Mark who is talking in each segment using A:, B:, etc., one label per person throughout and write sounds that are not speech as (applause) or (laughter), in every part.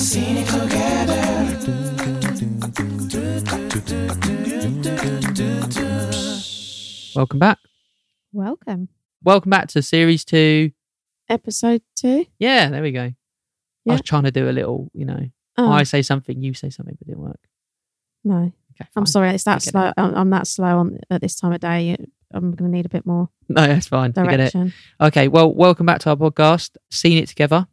A: Seen it together.
B: Welcome back.
C: Welcome.
B: Welcome back to series two.
C: Episode two.
B: Yeah, there we go. I
C: Yeah.
B: was trying to do a little, you know,
C: Oh,
B: I say something, you say something, but it didn't work.
C: no.
B: Okay, fine.
C: I'm sorry. It's that
B: Forget it.
C: slow. I'm, I'm that slow on at this time of day. I'm going to need a bit more
B: No, that's fine. Forget it.
C: direction.
B: Okay, well, welcome back to our podcast, Seen It Together,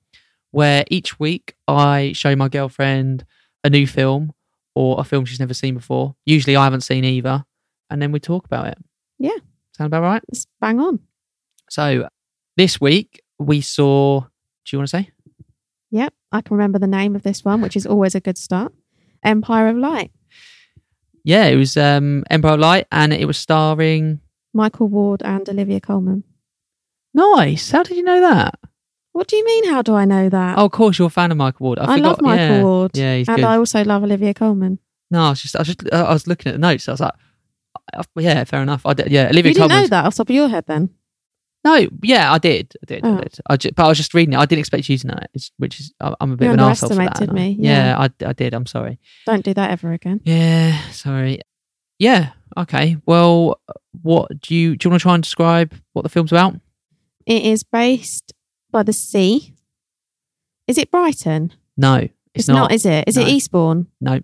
B: where each week I show my girlfriend a new film or a film she's never seen before. Usually I haven't seen either. And then we talk about it.
C: Yeah.
B: Sound about right?
C: It's bang on.
B: So this week we saw, do you want to say?
C: Yep. I can remember the name of this one, which is always a good start. Empire of Light.
B: Yeah, it was um, Empire of Light and it was starring.
C: Michael Ward and Olivia Coleman.
B: Nice. How did you know that?
C: What do you mean? How do I know that?
B: Oh, of course, you're a fan of Michael Ward. I,
C: I,
B: forgot.
C: love Michael
B: yeah.
C: Ward.
B: Yeah, he's
C: and
B: good.
C: I also love Olivia Coleman.
B: No, I was just, I was just, uh, I was looking at the notes. I was like, I- I- yeah, fair enough. I did, yeah, Olivia
C: you didn't know
B: Colman's-
C: that off the top of your head then?
B: No, yeah, I did. I did. I
C: Oh.
B: did. I ju- but I was just reading it. I didn't expect you to know it, it's- which is, I- I'm a bit
C: You
B: of an arsehole for that.
C: underestimated
B: aren't I?
C: me,
B: Yeah, I, I did. I'm sorry.
C: Don't do that ever again.
B: Yeah, sorry. Yeah, okay. Well, what do you, do you want to try and describe what the film's about?
C: It is based by the sea. Is it Brighton?
B: No, it's,
C: It's, not, is it? Is it
B: No.
C: Eastbourne?
B: No.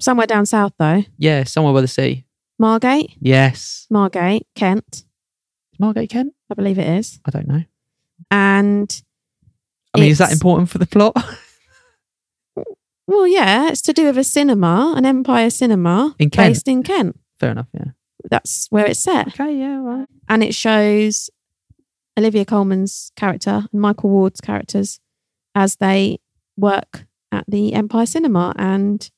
C: Somewhere down south though.
B: Yeah, somewhere by the sea.
C: Margate?
B: Yes.
C: Margate, Kent,
B: Is Margate Kent?
C: I believe it is.
B: I don't know.
C: And
B: I mean, is that
C: It's-
B: important for the plot?
C: well, yeah, it's to do with a cinema, an Empire cinema
B: In Kent?
C: based in Kent.
B: fair enough, yeah.
C: That's where it's set.
B: Okay, yeah, right.
C: and it shows Olivia Coleman's character and Michael Ward's characters as they work at the Empire Cinema and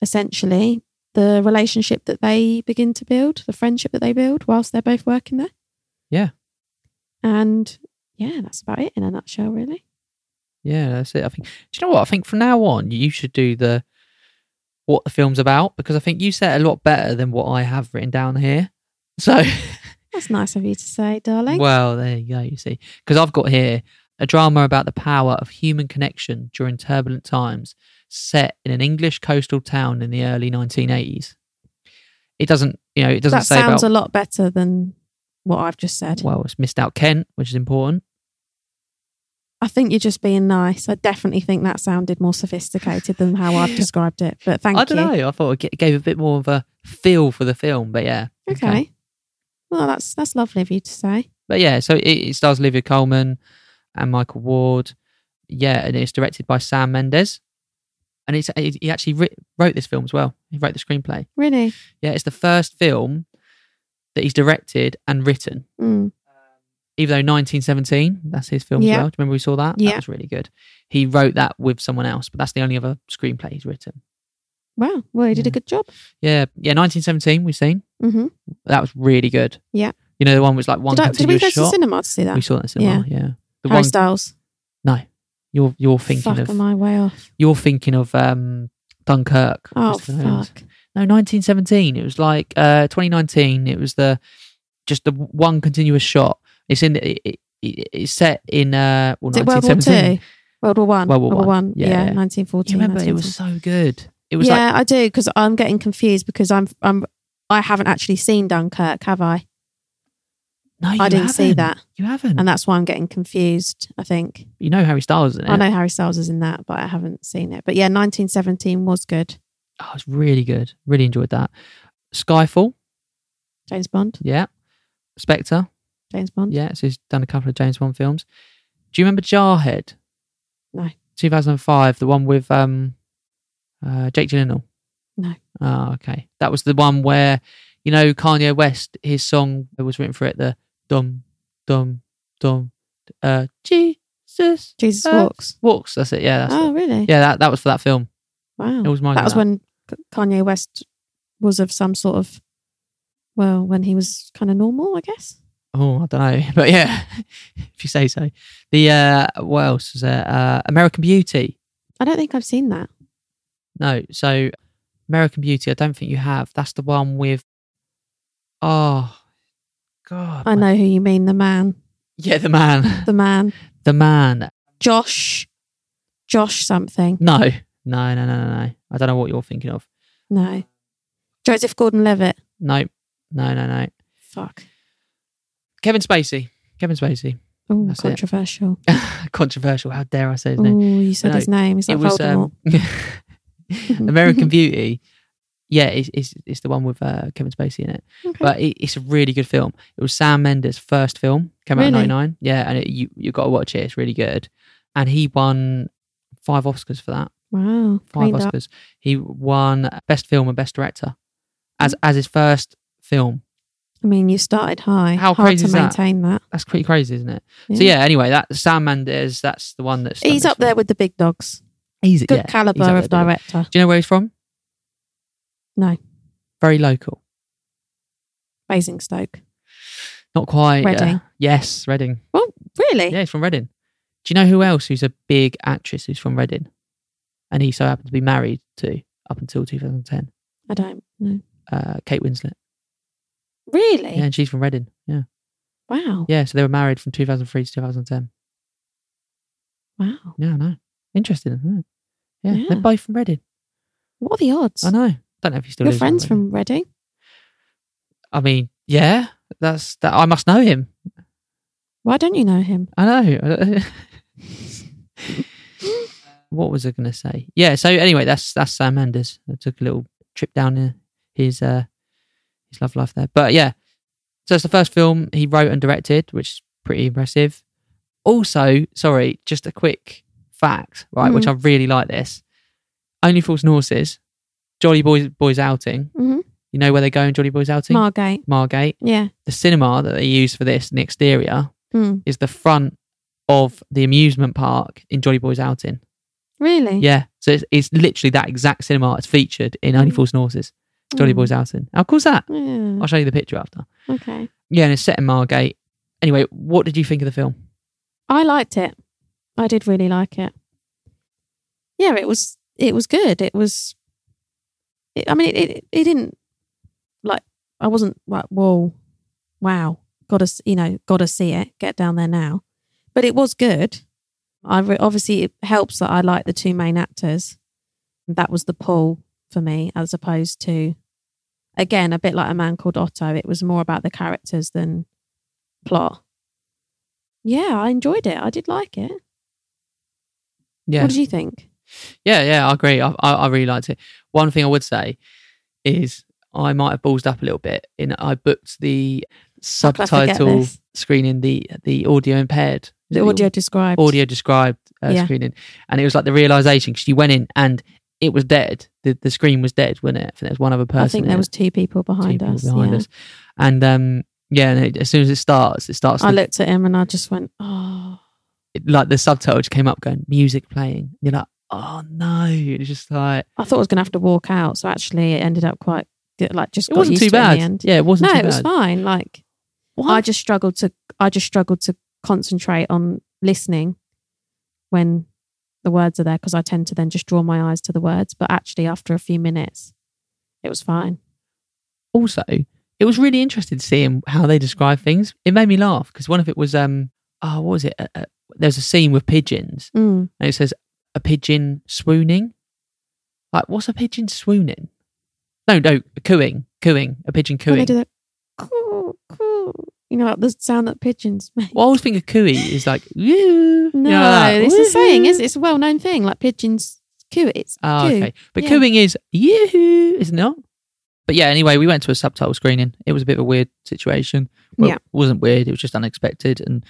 C: essentially the relationship that they begin to build, the friendship that they build whilst they're both working there.
B: Yeah.
C: And yeah, that's about it in a nutshell, really.
B: Yeah, that's it. I think. Do you know what? I think from now on, you should do the what the film's about because I think you said it a lot better than what I have written down here. (laughs) So,
C: That's nice of you to say, darling.
B: well, there you go. You see, because I've got here a drama about the power of human connection during turbulent times, set in an English coastal town in the early 1980s. It doesn't, you know, it doesn't
C: that
B: say
C: sounds
B: about.
C: a lot better than what I've just said.
B: well, it's missed out Kent, which is important.
C: I think you're just being nice. I definitely think that sounded more sophisticated than
B: (laughs)
C: how I've described it. But thank
B: I don't
C: you.
B: know. I thought it g- gave a bit more of a feel for the film, but yeah.
C: Okay. Well, that's that's lovely of you to say.
B: But yeah, so it, it stars Olivia Coleman and Michael Ward. Yeah, and it's directed by Sam Mendes. And it's it, he actually writ, wrote this film as well. He wrote the screenplay.
C: Really.
B: Yeah, it's the first film that he's directed and written.
C: Mm.
B: Even though 1917, that's his film as
C: Yeah.
B: well. Do you remember we saw that?
C: Yeah.
B: That was really good. He wrote that with someone else, but that's the only other screenplay he's written.
C: Wow. Well, you did a
B: Yeah.
C: good job.
B: Yeah, yeah, 1917 we've seen.
C: hmm
B: That was really good.
C: Yeah.
B: You know, the one was like one
C: Did, I, did we
B: continuous
C: go to the
B: shot.
C: cinema to see that?
B: we saw that in the cinema, yeah. The
C: Harry
B: one
C: Styles.
B: No, you're you're thinking
C: fuck,
B: of
C: am I way off?
B: you're thinking of um, Dunkirk.
C: Oh
B: Christopher Nolan's.
C: fuck.
B: No, 1917. It was like uh, 2019. It was the just the one continuous shot. It's in it, it, it- it's set in uh, well,
C: Is it World War
B: 1917.
C: Two? World War One.
B: World War One.
C: One.
B: Yeah,
C: Yeah,
B: yeah.
C: nineteen
B: You
C: fourteen.
B: remember it was so good. It was like
C: yeah, I do because I'm getting confused because I'm I'm I haven't actually seen Dunkirk, have I?
B: no, Oh, you
C: I didn't see
B: haven't.
C: that,
B: You haven't.
C: and that's why I'm getting confused. I think.
B: you know Harry Styles is in it.
C: I know Harry Styles is in that, but I haven't seen it. But yeah, 1917 was good.
B: Oh, it was really good. Really enjoyed that. Skyfall.
C: James Bond,
B: Yeah. Spectre.
C: James Bond.
B: Yeah. So he's done a couple of James Bond films. Do you remember Jarhead?
C: No.
B: 2005, the one with um, uh, Jake Gyllenhaal.
C: No.
B: Oh, okay. That was the one where, you know, Kanye West, his song was written for it, the dum, dum, dum, uh, Jesus
C: Jesus
B: Uh,
C: Walks.
B: Walks. That's it. Yeah. That's
C: Oh, really?
B: it. Yeah, that, that was for that film.
C: Wow.
B: It was mine.
C: that was when K- Kanye West was of some sort of, well, when he was kind of normal, I guess.
B: Oh, I don't know. (laughs) But yeah, if you say so. The, uh, what else was there? Uh, American Beauty.
C: I don't think I've seen that.
B: No, so American Beauty, I don't think you have. That's the one with. Oh, God.
C: I
B: man.
C: know who you mean, the man.
B: Yeah, the man.
C: The man.
B: The man.
C: Josh. Josh something.
B: No. No, no, no, no, no. I don't know what you're thinking of.
C: No. Joseph Gordon Levitt.
B: No. No, no, no.
C: Fuck.
B: Kevin Spacey. Kevin Spacey. (laughs)
C: Oh,
B: That's it.
C: controversial.
B: Controversial. How dare I say his
C: Oh,
B: name?
C: you said
B: No,
C: his name. Is that
B: it was
C: Voldemort?
B: um, (laughs)
C: Mm.
B: American Beauty. Yeah, it's, it's it's the one with uh, Kevin Spacey in it,
C: (laughs) Okay.
B: but it, it's a really good film. It was Sam Mendes' first film, came out in
C: Really?
B: '99. Yeah, and it, you you got to watch it. It's really good, and he won five Oscars for that.
C: wow.
B: Five
C: Cleaned up.
B: Oscars. He won Best Film and Best Director as as his first film.
C: I mean, you started high.
B: How
C: Hard
B: crazy
C: to
B: is that?
C: maintain that.
B: That's pretty crazy, isn't it? So yeah. Anyway, that Sam Mendes, that's the one that's
C: He's up there with the big dogs.
B: He's
C: Good
B: yeah, he's
C: caliber
B: up
C: of
B: there.
C: director.
B: Do you know where he's from?
C: No.
B: Very local.
C: Basingstoke.
B: Not quite. uh,
C: Reading.
B: yes, Reading.
C: Really?
B: Yeah, he's from Reading. Do you know who else who's a big actress who's from Reading? And he so happened to be married to up until 2010.
C: I don't know.
B: Uh, Kate Winslet.
C: Really?
B: Yeah, and she's from Reading. Yeah.
C: Wow.
B: Yeah, so they were married from 2003 to 2010.
C: Wow.
B: Yeah, I know. Interesting, isn't it? Yeah,
C: Yeah.
B: they're both from Reading.
C: What are the odds?
B: I know. Don't know if he still
C: Your
B: lives
C: friend's
B: in
C: from Reading.
B: Reading. I mean, yeah, that's that. I must know him.
C: Why don't you know him?
B: I know. (laughs) what was I going to say? Yeah. So anyway, that's that's Sam Mendes. I took a little trip down in his uh, his love life there. But yeah, so it's the first film he wrote and directed, which is pretty impressive. Also, sorry, just a quick fact, right? Which I really like this. Only Fools and Horses, Jolly Boys Boys Outing.
C: Mhm.
B: You know where they go in Jolly Boys Outing?
C: Margate.
B: Margate.
C: Yeah.
B: The cinema that they use for this, and the exterior,
C: Mm.
B: is the front of the amusement park in Jolly Boys Outing.
C: Really?
B: Yeah. So it's, it's literally that exact cinema. It's featured in Only Fools and Horses, Jolly
C: Mm.
B: Boys Outing. How cool's that?
C: Yeah.
B: I'll show you the picture after.
C: Okay.
B: Yeah, and it's set in Margate. Anyway, what did you think of the film?
C: I liked it. I did really like it. Yeah, it was it was good. It was. It, I mean, it, it it didn't like I wasn't like whoa, wow, gotta s- you know gotta see it. Get down there now, but it was good. I re- obviously it helps that I like the two main actors. That was the pull for me, as opposed to again a bit like a man called Otto. It was more about the characters than plot. Yeah, I enjoyed it. I did like it.
B: Yeah.
C: What did you think?
B: Yeah, yeah, I agree. I, I, I really liked it. One thing I would say is I might have ballsed up a little bit in that I booked the
C: could I forget
B: subtitle
C: this?
B: screening, the the audio impaired. Is it
C: The audio described.
B: audio described uh,
C: Yeah.
B: screening, and it was like the realization because you went in and it was dead. The the screen was dead, wasn't it? I think there was one other person.
C: I think
B: in
C: there
B: it,
C: was two people
B: two
C: behind
B: people
C: us.
B: behind
C: yeah.
B: us, and um, yeah. And it, as soon as it starts, it starts
C: I
B: the-
C: looked at him and I just went, oh,
B: like the subtitle just came up going music playing. You're like, oh no! It's just like
C: I thought I was going to have to walk out. So actually, it ended up quite good. Like, just
B: it
C: got
B: wasn't
C: used
B: too
C: to it in the
B: bad.
C: end.
B: Yeah, it wasn't
C: no,
B: too
C: it was
B: bad.
C: fine. Like, I just struggled to, I just struggled to concentrate on listening when the words are there because I tend to then just draw my eyes to the words. But actually, after a few minutes, it was fine.
B: also, it was really interesting seeing how they describe things. It made me laugh because one of it was um, oh, what was it? Uh, uh, there's a scene with pigeons,
C: Mm.
B: and it says a pigeon swooning. Like, what's a pigeon swooning? No, no, cooing, cooing, a pigeon
C: When
B: cooing.
C: they do that, coo, coo, (laughs) you know, the sound that pigeons (laughs) make.
B: well, I always think a cooey is like, woo.
C: No,
B: you know, like,
C: it's a saying,
B: woohoo.
C: is it? It's a well known thing. Like pigeons coo. It's
B: Oh,
C: coo.
B: okay. But
C: yeah.
B: cooing is, yoo-hoo, is it not? But yeah, anyway, we went to a subtitle screening. It was a bit of a weird situation. Well,
C: Yeah.
B: It wasn't weird, it was just unexpected. And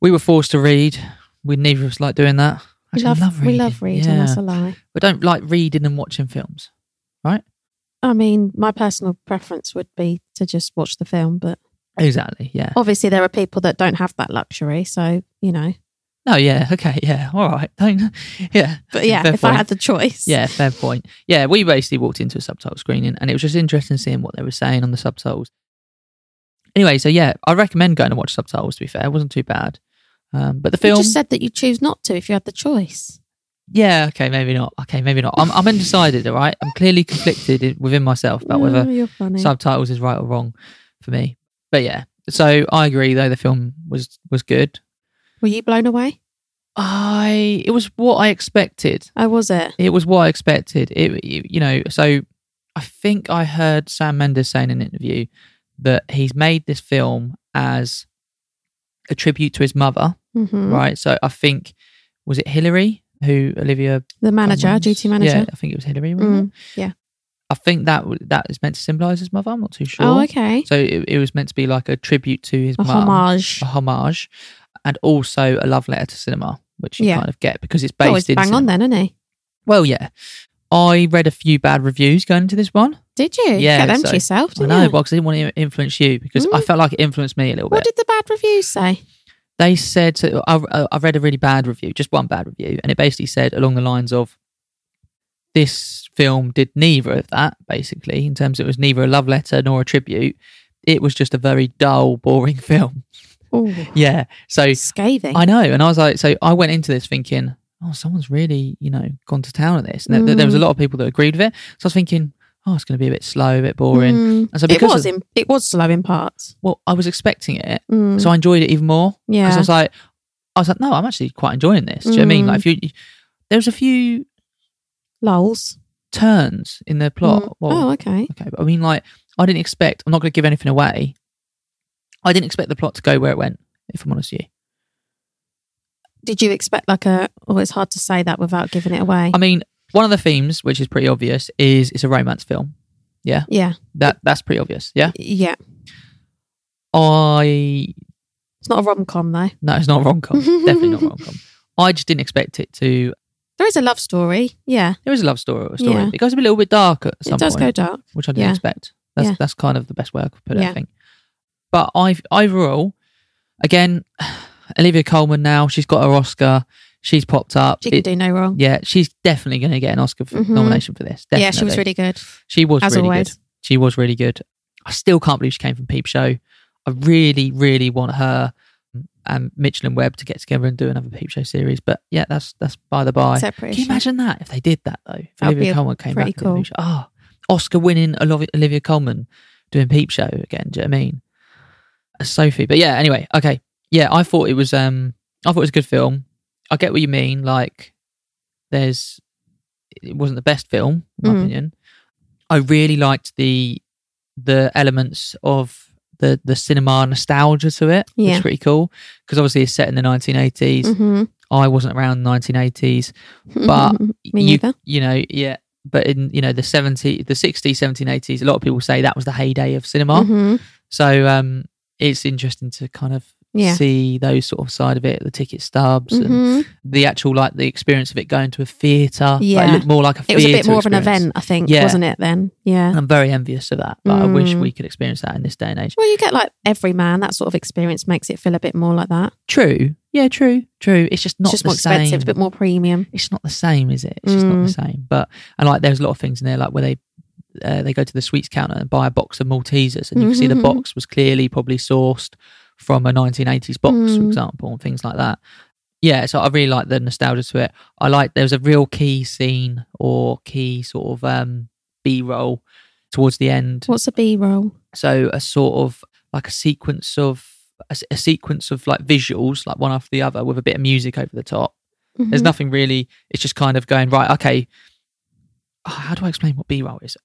B: we were forced to read. We neither of us like doing that.
C: We
B: Actually, I
C: love, we
B: reading.
C: love reading.
B: Yeah.
C: That's a lie.
B: We don't like reading and watching films.
C: I mean, my personal preference would be to just watch the film, but
B: Exactly. Yeah.
C: obviously there are people that don't have that luxury. So you know,
B: No, Oh, yeah, okay, yeah, all right. (laughs) Don't, yeah,
C: but yeah,
B: fair
C: if I
B: point.
C: had the choice,
B: yeah, fair point. Yeah, we basically walked into a subtitle screening, and it was just interesting seeing what they were saying on the subtitles. Anyway, so yeah, I recommend going to watch subtitles. To be fair, it wasn't too bad. Um, but the
C: You
B: film,
C: just said that you choose not to if you had the choice.
B: yeah, okay, maybe not. Okay, maybe not. I'm, I'm undecided. All right, I'm clearly conflicted i- within myself about
C: No,
B: whether
C: you're funny.
B: subtitles is right or wrong for me. But yeah, So I agree, though the film was was good.
C: Were you blown away?
B: I it was what I expected.
C: Oh, was it?
B: It was what I expected. It you you know so I think I heard Sam Mendes say in an interview that he's made this film as a tribute to his mother,
C: hmm
B: right? So I think was it Hillary who Olivia
C: The manager,
B: Colman's-
C: duty manager.
B: Yeah, I think it was Hillary. wasn't
C: Mm,
B: it?
C: yeah.
B: I think that w- that is meant to symbolise his mother. I'm not too sure.
C: Oh, okay.
B: So it, it was meant to be like a tribute to his
C: A
B: mum,
C: homage.
B: a homage, and also a love letter to cinema, which you
C: Yeah.
B: kind of get because it's
C: Oh, it's
B: based in.
C: bang
B: cinema.
C: on then, isn't he?
B: Well, yeah. I read a few bad reviews going into this one.
C: Did you?
B: Yeah,
C: Get them
B: so-
C: to yourself,
B: I
C: didn't
B: know,
C: you?
B: but I didn't want to influence you because I
C: Mm.
B: felt like it influenced me a little
C: What
B: bit.
C: did the bad reviews say?
B: they said so I, I- I read a really bad review, just one bad review, and it basically said along the lines of this film did neither of that. Basically, in terms, it was neither a love letter nor a tribute. It was just a very dull, boring (laughs) film.
C: Oh,
B: Yeah. So
C: scathing.
B: I know, and I was like, so I went into this thinking, oh, someone's really, you know, gone to town on this, and th- th- there
C: Mm.
B: was a lot of people that agreed with it. So I was thinking, oh, it's going to be a bit slow, a bit boring.
C: Mm.
B: And so
C: It
B: because
C: was
B: of-
C: in, it was slow in parts.
B: well, I was expecting it,
C: Mm.
B: so I enjoyed it even more. Because I
C: yeah.
B: was like, I was like, no, I'm actually quite enjoying this. Do you know what I mean?
C: Mm.
B: Like, if you, there was a few
C: Lols.
B: turns in the plot.
C: Mm.
B: Well,
C: oh, okay.
B: okay, but I mean, like, I didn't expect. I'm not going to give anything away. I didn't expect the plot to go where it went. If I'm honest with you,
C: Did you expect like a? Oh, it's hard to say that without giving it away.
B: I mean, one of the themes, which is pretty obvious, is it's a romance film.
C: yeah,
B: That that's pretty obvious. Yeah,
C: yeah.
B: I
C: It's not a rom com though.
B: no, it's not rom
C: (laughs)
B: com. Definitely not rom com. I just didn't expect it to.
C: There is a love story. Yeah,
B: There is a love story. story.
C: Yeah.
B: It goes a little bit dark at some
C: it does
B: point.
C: go dark.
B: which I didn't
C: Yeah.
B: expect. That's
C: Yeah.
B: that's kind of the best way I could put it, I
C: Yeah.
B: think. But I overall, again, (sighs) Olivia Coleman now she's got her Oscar. She's popped up.
C: She can
B: It-
C: do no wrong.
B: yeah, she's definitely going to get an Oscar for,
C: Mhm.
B: nomination for this. Definitely.
C: Yeah, she was really good
B: She was
C: as
B: really
C: always.
B: good. She was really good. I still can't believe she came from Peep Show. I really, really want her and Mitchell and Webb to get together and do another Peep Show series. But yeah, that's that's by the by. Can you
C: Separation.
B: imagine that if they did that though? If
C: That'd
B: Olivia
C: be
B: Colman came back,
C: pretty
B: and did a
C: cool.
B: Peep Show. oh, Oscar winning Olivia, Olivia Colman doing Peep Show again. Do you know what I mean? As Sophie, but yeah. Anyway, okay, yeah. I thought it was, um, I thought it was a good film. I get what you mean. Like, there's, it wasn't the best film in my
C: Mm.
B: opinion. I really liked the the elements of the the cinema nostalgia to it, which
C: Yeah.
B: is pretty cool because obviously it's set in the 1980s.
C: Mhm.
B: I wasn't around in the 1980s But
C: me
B: you,
C: neither.
B: You know, yeah. But in you know the seventy, the sixties, seventeen, eighties, a lot of people say that was the heyday of cinema.
C: Mhm.
B: So um, it's interesting to kind of
C: Yeah.
B: see those sort of side of it, the ticket stubs and
C: Mhm.
B: the actual like the experience of it going to a theatre. Like, it
C: Yeah.
B: looked more like a
C: It
B: theatre.
C: was a bit more of an
B: experience.
C: event, I think,
B: Yeah.
C: wasn't it? Then, yeah.
B: And I'm very envious of that. Like, I wish
C: Mm.
B: we could experience that in this day and age.
C: Well, you get like every man that sort of experience makes it feel a bit more like that.
B: True. Yeah. True. True. It's just not
C: it's just
B: the
C: more
B: same.
C: expensive, it's a bit more premium.
B: it's not the same, is it? It's just not the same. But and like, there's a lot of things in there, like where they uh, they go to the sweets counter and buy a box of Maltesers, and you can see the
C: Mhm.
B: box was clearly probably sourced from a 1980s box, for
C: Mm.
B: example, and things like that. Yeah, so I really like the nostalgia to it. I like there was a real key scene or key sort of um, B roll towards the end.
C: What's a B roll?
B: So a sort of like a sequence of a, s- a sequence of like visuals, like one after the other, with a bit of music over the top.
C: Mm-hmm.
B: There's nothing really. It's just kind of going right. Okay, Oh, how do I explain what B-roll is?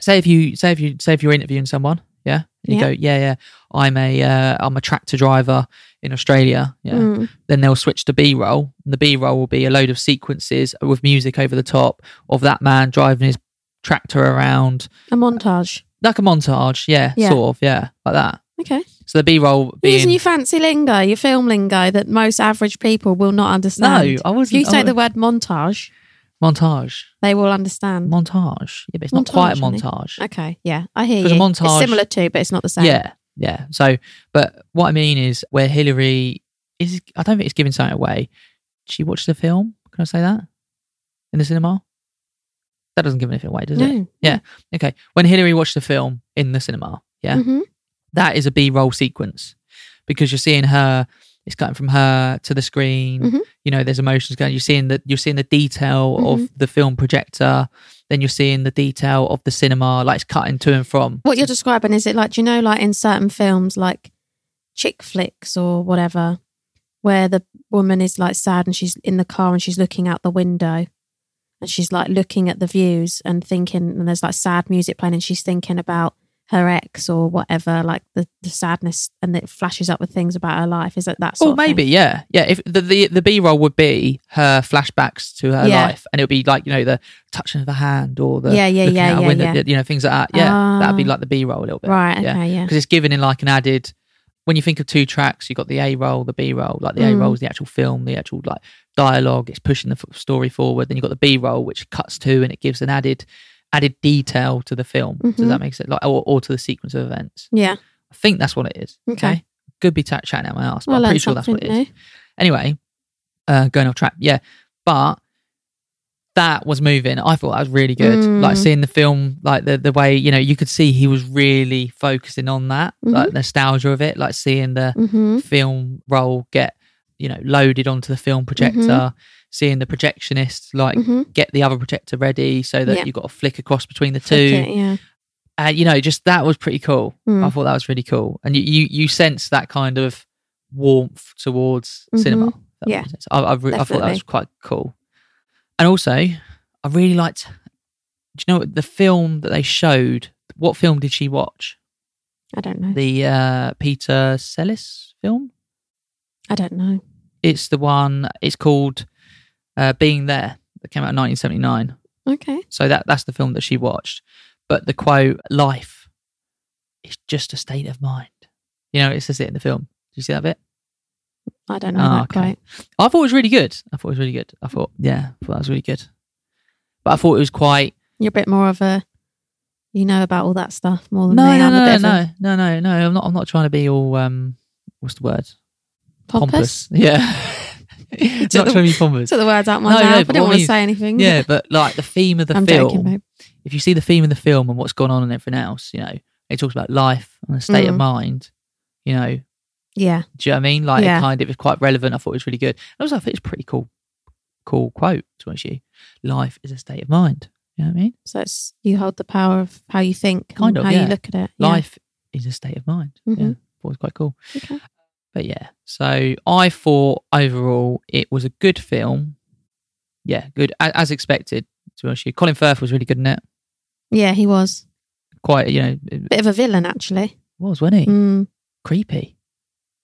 B: Say if you say if you say if you're interviewing someone, yeah, and you
C: Yeah.
B: go, yeah, yeah, I'm a uh, I'm a tractor driver in Australia, yeah.
C: Mm.
B: Then they'll switch to B-roll. And the B-roll will be a load of sequences with music over the top of that man driving his tractor around,
C: A montage.
B: like a montage, yeah,
C: Yeah.
B: sort of, yeah, like that.
C: Okay.
B: So the B-roll
C: You're using
B: being
C: your fancy lingo, your film lingo that most average people will not
B: no,
C: understand.
B: I
C: If you
B: wasn't I
C: say the
B: wa-
C: word montage,
B: montage,
C: they will understand.
B: montage, yeah, but it's not
C: Montage,
B: quite a
C: isn't it?
B: montage.
C: okay, yeah, I hear you.
B: Because a montage-
C: it's similar to, but it's not the same.
B: Yeah, yeah. So, but what I mean is, where Hillary is, I don't think it's giving something away. She watched the film. Can I say that in the cinema? That doesn't give anything away, does it?
C: no.
B: Okay. When Hillary watched the film in the cinema, yeah,
C: Mhm.
B: that is a B-roll sequence because you're seeing her. It's cutting from her to the screen.
C: Mhm.
B: You know, there's emotions going. You're seeing the you're seeing the detail of the film projector. Then you're seeing the detail of the cinema, like it's cutting to and from.
C: What you're describing is it like? Do you know, like in certain films, like chick flicks or whatever, where the woman is like sad and she's in the car and she's looking out the window and she's like looking at the views and thinking, and there's like sad music playing and she's thinking about her ex or whatever, like the, the sadness and it flashes up with things about her life. Is that that sort
B: Or
C: of thing?
B: maybe, yeah, yeah. If the the, the B roll would be her flashbacks to her
C: Yeah.
B: life, and it'll be like you know the touching of the hand or the
C: Yeah, yeah,
B: looking
C: yeah,
B: out a
C: yeah,
B: window,
C: yeah.
B: you know things like that. Yeah, that'd be
C: Ah.
B: like the B roll a little bit,
C: Right,
B: Yeah.
C: okay, yeah.
B: Because it's given in like an added. When you think of two tracks, you've got the A roll, the B roll. Like the A
C: Mm.
B: roll is the actual film, the actual like dialogue. It's pushing the f- story forward. Then you've got the B roll, which cuts to and it gives an added added detail to the film. Does
C: Mhm.
B: that make sense? Like or, or to the sequence of events.
C: Yeah.
B: I think that's what it is.
C: Okay.
B: Could be tat chatting out my ass, but
C: Well, I
B: I'm pretty
C: learned
B: sure that's what it
C: something
B: is anyway, uh, going off track, yeah. But that was moving. I thought that was really good.
C: Mm.
B: Like seeing the film, like the the way you know you could see he was really focusing on that,
C: Mm-hmm.
B: like nostalgia of it, like seeing the
C: new. hmm
B: film roll get you know loaded onto the film projector,
C: Mm-hmm.
B: seeing the projectionist like
C: hmm
B: get the other projector ready so that
C: Yeah.
B: you've got to flick across between the two
C: yeah.
B: and Uh, you know just that was pretty cool
C: Mm.
B: i thought that was really cool and you you, you sense that kind of warmth towards cinema
C: Mhm.
B: if that
C: Yeah.
B: makes sense. I, I, re- I thought that was
C: Definitely.
B: quite cool and also i really liked do you know what, the film that they showed what film did she watch
C: I don't know.
B: the uh peter sellis film
C: I don't know.
B: it's the one it's called uh being there that came out in 1979
C: Okay.
B: So that that's the film that she watched. But the quote, "Life is just a state of mind," you know, it says it in the film. Do you see that bit?
C: I don't know
B: Ah,
C: that
B: okay.
C: quite.
B: I thought it was really good. I thought it was really good. I thought, yeah, I thought that was really good. But I thought it was quite
C: You're a bit more of a, you know about all that stuff more
B: no,
C: than
B: no,
C: me.
B: no,
C: I'm a
B: no,
C: bit of
B: no, no,
C: a
B: no, no. I'm not. I'm not trying to be all um, what's the word?
C: pompous. (laughs)
B: Yeah, not
C: took the-
B: trying to be pompous.
C: Took the words out of my
B: No, no,
C: mouth. I
B: but
C: didn't
B: what
C: want
B: you-
C: to say anything.
B: Yeah, but like the theme of the
C: I'm
B: film.
C: joking, babe.
B: if you see the theme of the film and what's gone on and everything else, you know, it talks about life and a state of
C: Mm.
B: mind. You know,
C: Yeah.
B: Do you know what I mean? Like it
C: Yeah.
B: kind of is quite relevant. I thought it was really good. And also I think it's a pretty cool cool quote, to you. Life is a state of mind. You know what I mean?
C: So it's you hold the power of how you think,
B: Kind
C: and
B: of,
C: how
B: yeah.
C: you look at it. Yeah.
B: Life is a state of mind. Yeah.
C: Mhm.
B: Thought it was quite cool.
C: Okay.
B: But yeah. So I thought overall it was a good film. Yeah, good a- as expected, to be honest with you. Colin Firth was really good in it.
C: Yeah, he was
B: Quite you know, it
C: bit of a villain actually.
B: was, wasn't he?
C: Mm.
B: Creepy.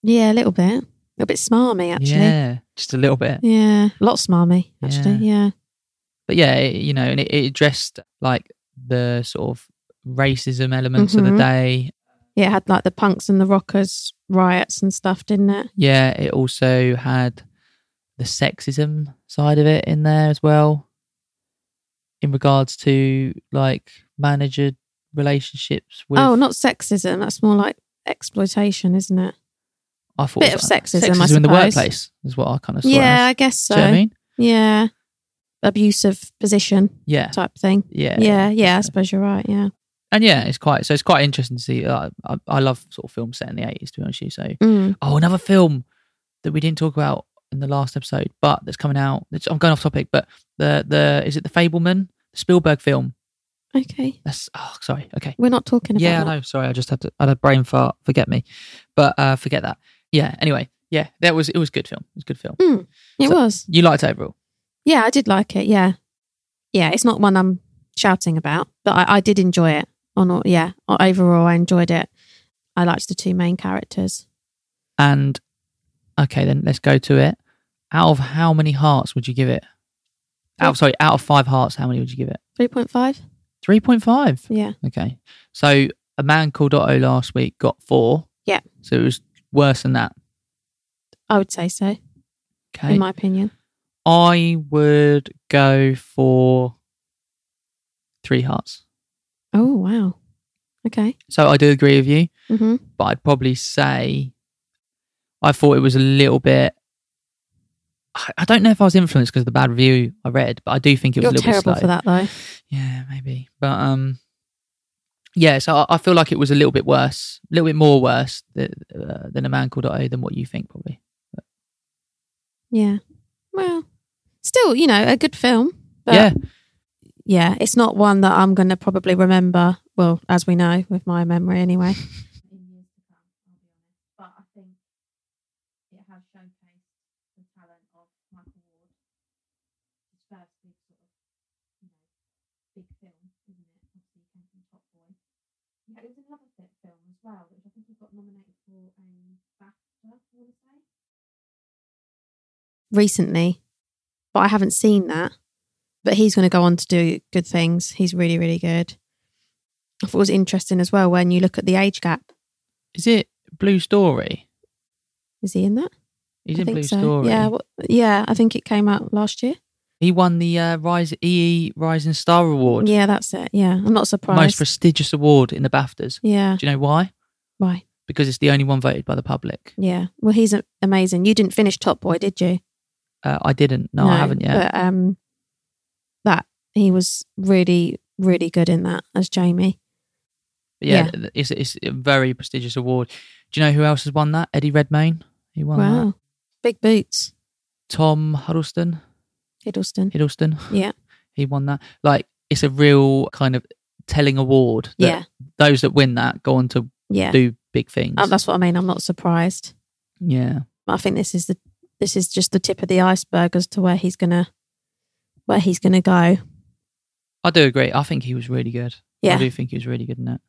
C: Yeah, a little bit, a little bit smarmy actually. Yeah,
B: Yeah. Just a little bit.
C: a lot smarmy actually. Yeah.
B: but yeah, it, you know, and it, it addressed like the sort of racism elements of the
C: Mhm.
B: day.
C: yeah, it had like the punks and the rockers riots and stuff, didn't it?
B: Yeah, it also had the sexism side of it in there as well, in regards to like manager relationships with.
C: Oh, not sexism. That's more like exploitation, isn't it?
B: I thought
C: bit
B: it was
C: of
B: like
C: sexism, I
B: in the
C: suppose.
B: workplace is what I kind of saw. it
C: yeah,
B: as.
C: I guess so.
B: Do you know what I mean?
C: Yeah, abusive position
B: Yeah,
C: type thing.
B: yeah,
C: Yeah, yeah. I suppose you're right. Yeah.
B: and yeah, it's quite so it's quite interesting to see. Uh, I, I love sort of films set in the eighties, to be honest with you. So
C: Mm.
B: Oh, another film that we didn't talk about in the last episode, but that's coming out. That's, I'm going off topic, but the the is it the Fableman Spielberg film?
C: Okay.
B: That's oh sorry, okay,
C: We're not talking about.
B: yeah,
C: that.
B: I know. Sorry, I just had to I had a brain fart. Forget me, but uh forget that. Yeah. Anyway, yeah, that was it was a good film. It was a good film.
C: It
B: So-
C: was.
B: You liked it overall?
C: Yeah, I did like it. Yeah, yeah. It's not one I'm shouting about, but I, I did enjoy it. On all, yeah, o- overall, I enjoyed it. I liked the two main characters.
B: And okay, then let's go to it. Out of how many hearts would you give it? Out sorry, out of five hearts, how many would you give it?
C: Three point five.
B: Three point five.
C: Yeah.
B: Okay. So a man called Otto last week got four.
C: Yeah.
B: So it was worse than that.
C: I would say so,
B: Okay.
C: in my opinion.
B: I would go for three hearts.
C: Oh wow. Okay.
B: So I do agree with you,
C: Mm-hmm.
B: but I'd probably say I thought it was a little bit. I I don't know if I was influenced because of the bad review I read, but I do think it was
C: You're
B: a little
C: terrible
B: bit slow.
C: for that though.
B: Yeah, maybe. But um, yeah. So I, I feel like it was a little bit worse, a little bit more worse than, uh, than a man called Otto than what you think probably.
C: Yeah. Well, still, you know, a good film. But
B: yeah,
C: yeah, it's not one that I'm going to
D: (laughs)
C: probably remember. Well, as we know, with my memory anyway.
D: but I think it has showcased the talent of Michael Ward. His first big sort of, you know, big film, isn't it? Obviously, he came from Top Boy. Yeah, it was another fit film as well, which I think he got nominated for a BAFTA, I want to say.
C: recently, but I haven't seen that. But he's going to go on to do good things. He's really, really good. I thought it was interesting as well when you look at the age gap.
B: Is it Blue Story?
C: Is he in that?
B: He's
C: I
B: in
C: think
B: Blue
C: so.
B: Story.
C: Yeah, what yeah. I think it came out last year.
B: He won the uh, Rise EE Rising Star Award,
C: Yeah, that's it. Yeah, I'm not
B: the most
C: surprised.
B: prestigious award in the BAFTAs.
C: yeah,
B: Do you know why?
C: why?
B: Because it's the only one voted by the public.
C: Yeah. Well, he's a- amazing. You didn't finish Top Boy, did you?
B: Uh, I didn't. No, I haven't yet.
C: But um, that he was really, really good in that as Jamie.
B: But yeah, th- it's it's a very prestigious award. Do you know who else has won that? Eddie Redmayne. He won
C: wow,
B: that.
C: big boots,
B: Tom Hiddleston.
C: Hiddleston.
B: Hiddleston.
C: Yeah.
B: (laughs) he won that. Like it's a real kind of telling award. That
C: Yeah,
B: Those that win that go on to
C: yeah.
B: do big things.
C: Oh, that's what I mean. I'm not surprised.
B: yeah.
C: I think this is the this is just the tip of the iceberg as to where he's gonna where he's gonna go.
B: I do agree. I think he was really good. I
C: Yeah.
B: do think he was really good in it.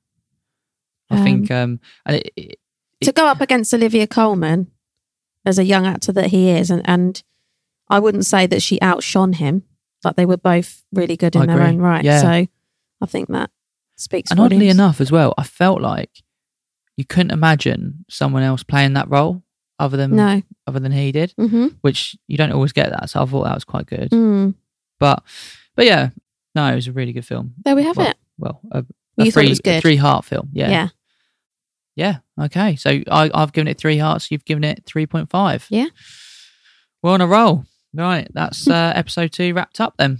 B: I
C: Um,
B: think um and it, it,
C: to go up against Olivia Coleman as a young actor that he is, and, and I wouldn't say that she outshone him, but they were both really good in
B: I
C: their
B: agree.
C: own right.
B: Yeah.
C: So I think that speaks.
B: and oddly
C: volumes.
B: enough as well, I felt like you couldn't imagine someone else playing that role other than
C: no.
B: other than he did,
C: hmm
B: which you don't always get that. So I thought that was quite good.
C: Mm.
B: But but yeah, no, it was a really good film.
C: There we have
B: Well,
C: it.
B: Well, a, a
C: You thought
B: three
C: it was good.
B: three heart film. Yeah.
C: yeah.
B: Yeah. Okay. So I, I've given it three hearts. You've given it 3.5.
C: Yeah.
B: We're on a roll. Right.
C: (laughs)
B: That's uh, episode two wrapped up then.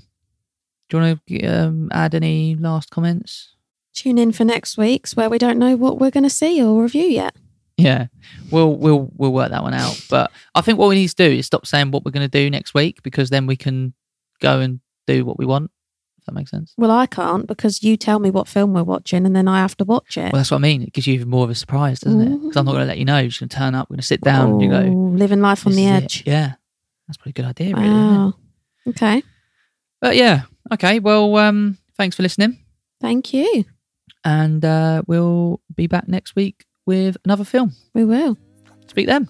B: Do you want to um, add any last comments?
C: Tune in for next week's where we don't know what we're going to see or review yet.
B: Yeah. We'll we'll we'll work that one out. But I think what we need to do is stop saying what we're going to do next week because then we can go and do what we want. If that makes sense.
C: Well, I can't because you tell me what film we're watching and then I have to watch
B: Well,
C: it.
B: that's what I mean. It gives you even more of a surprise, doesn't it? Because I'm not going to let you know. You're just going to turn up. We're going to sit down. and You go
C: Ooh, Oh, living life on
B: "This is
C: the
B: it."
C: edge.
B: Yeah, that's probably a good idea. Really, isn't it?
C: Wow. Okay.
B: But yeah, okay. Well, um, thanks for listening,
C: Thank you.
B: and uh, we'll be back next week with another film.
C: We will.
B: Speak then.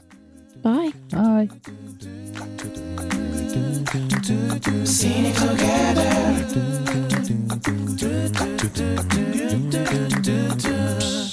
C: Bye.
B: Bye.
A: Cynical gather.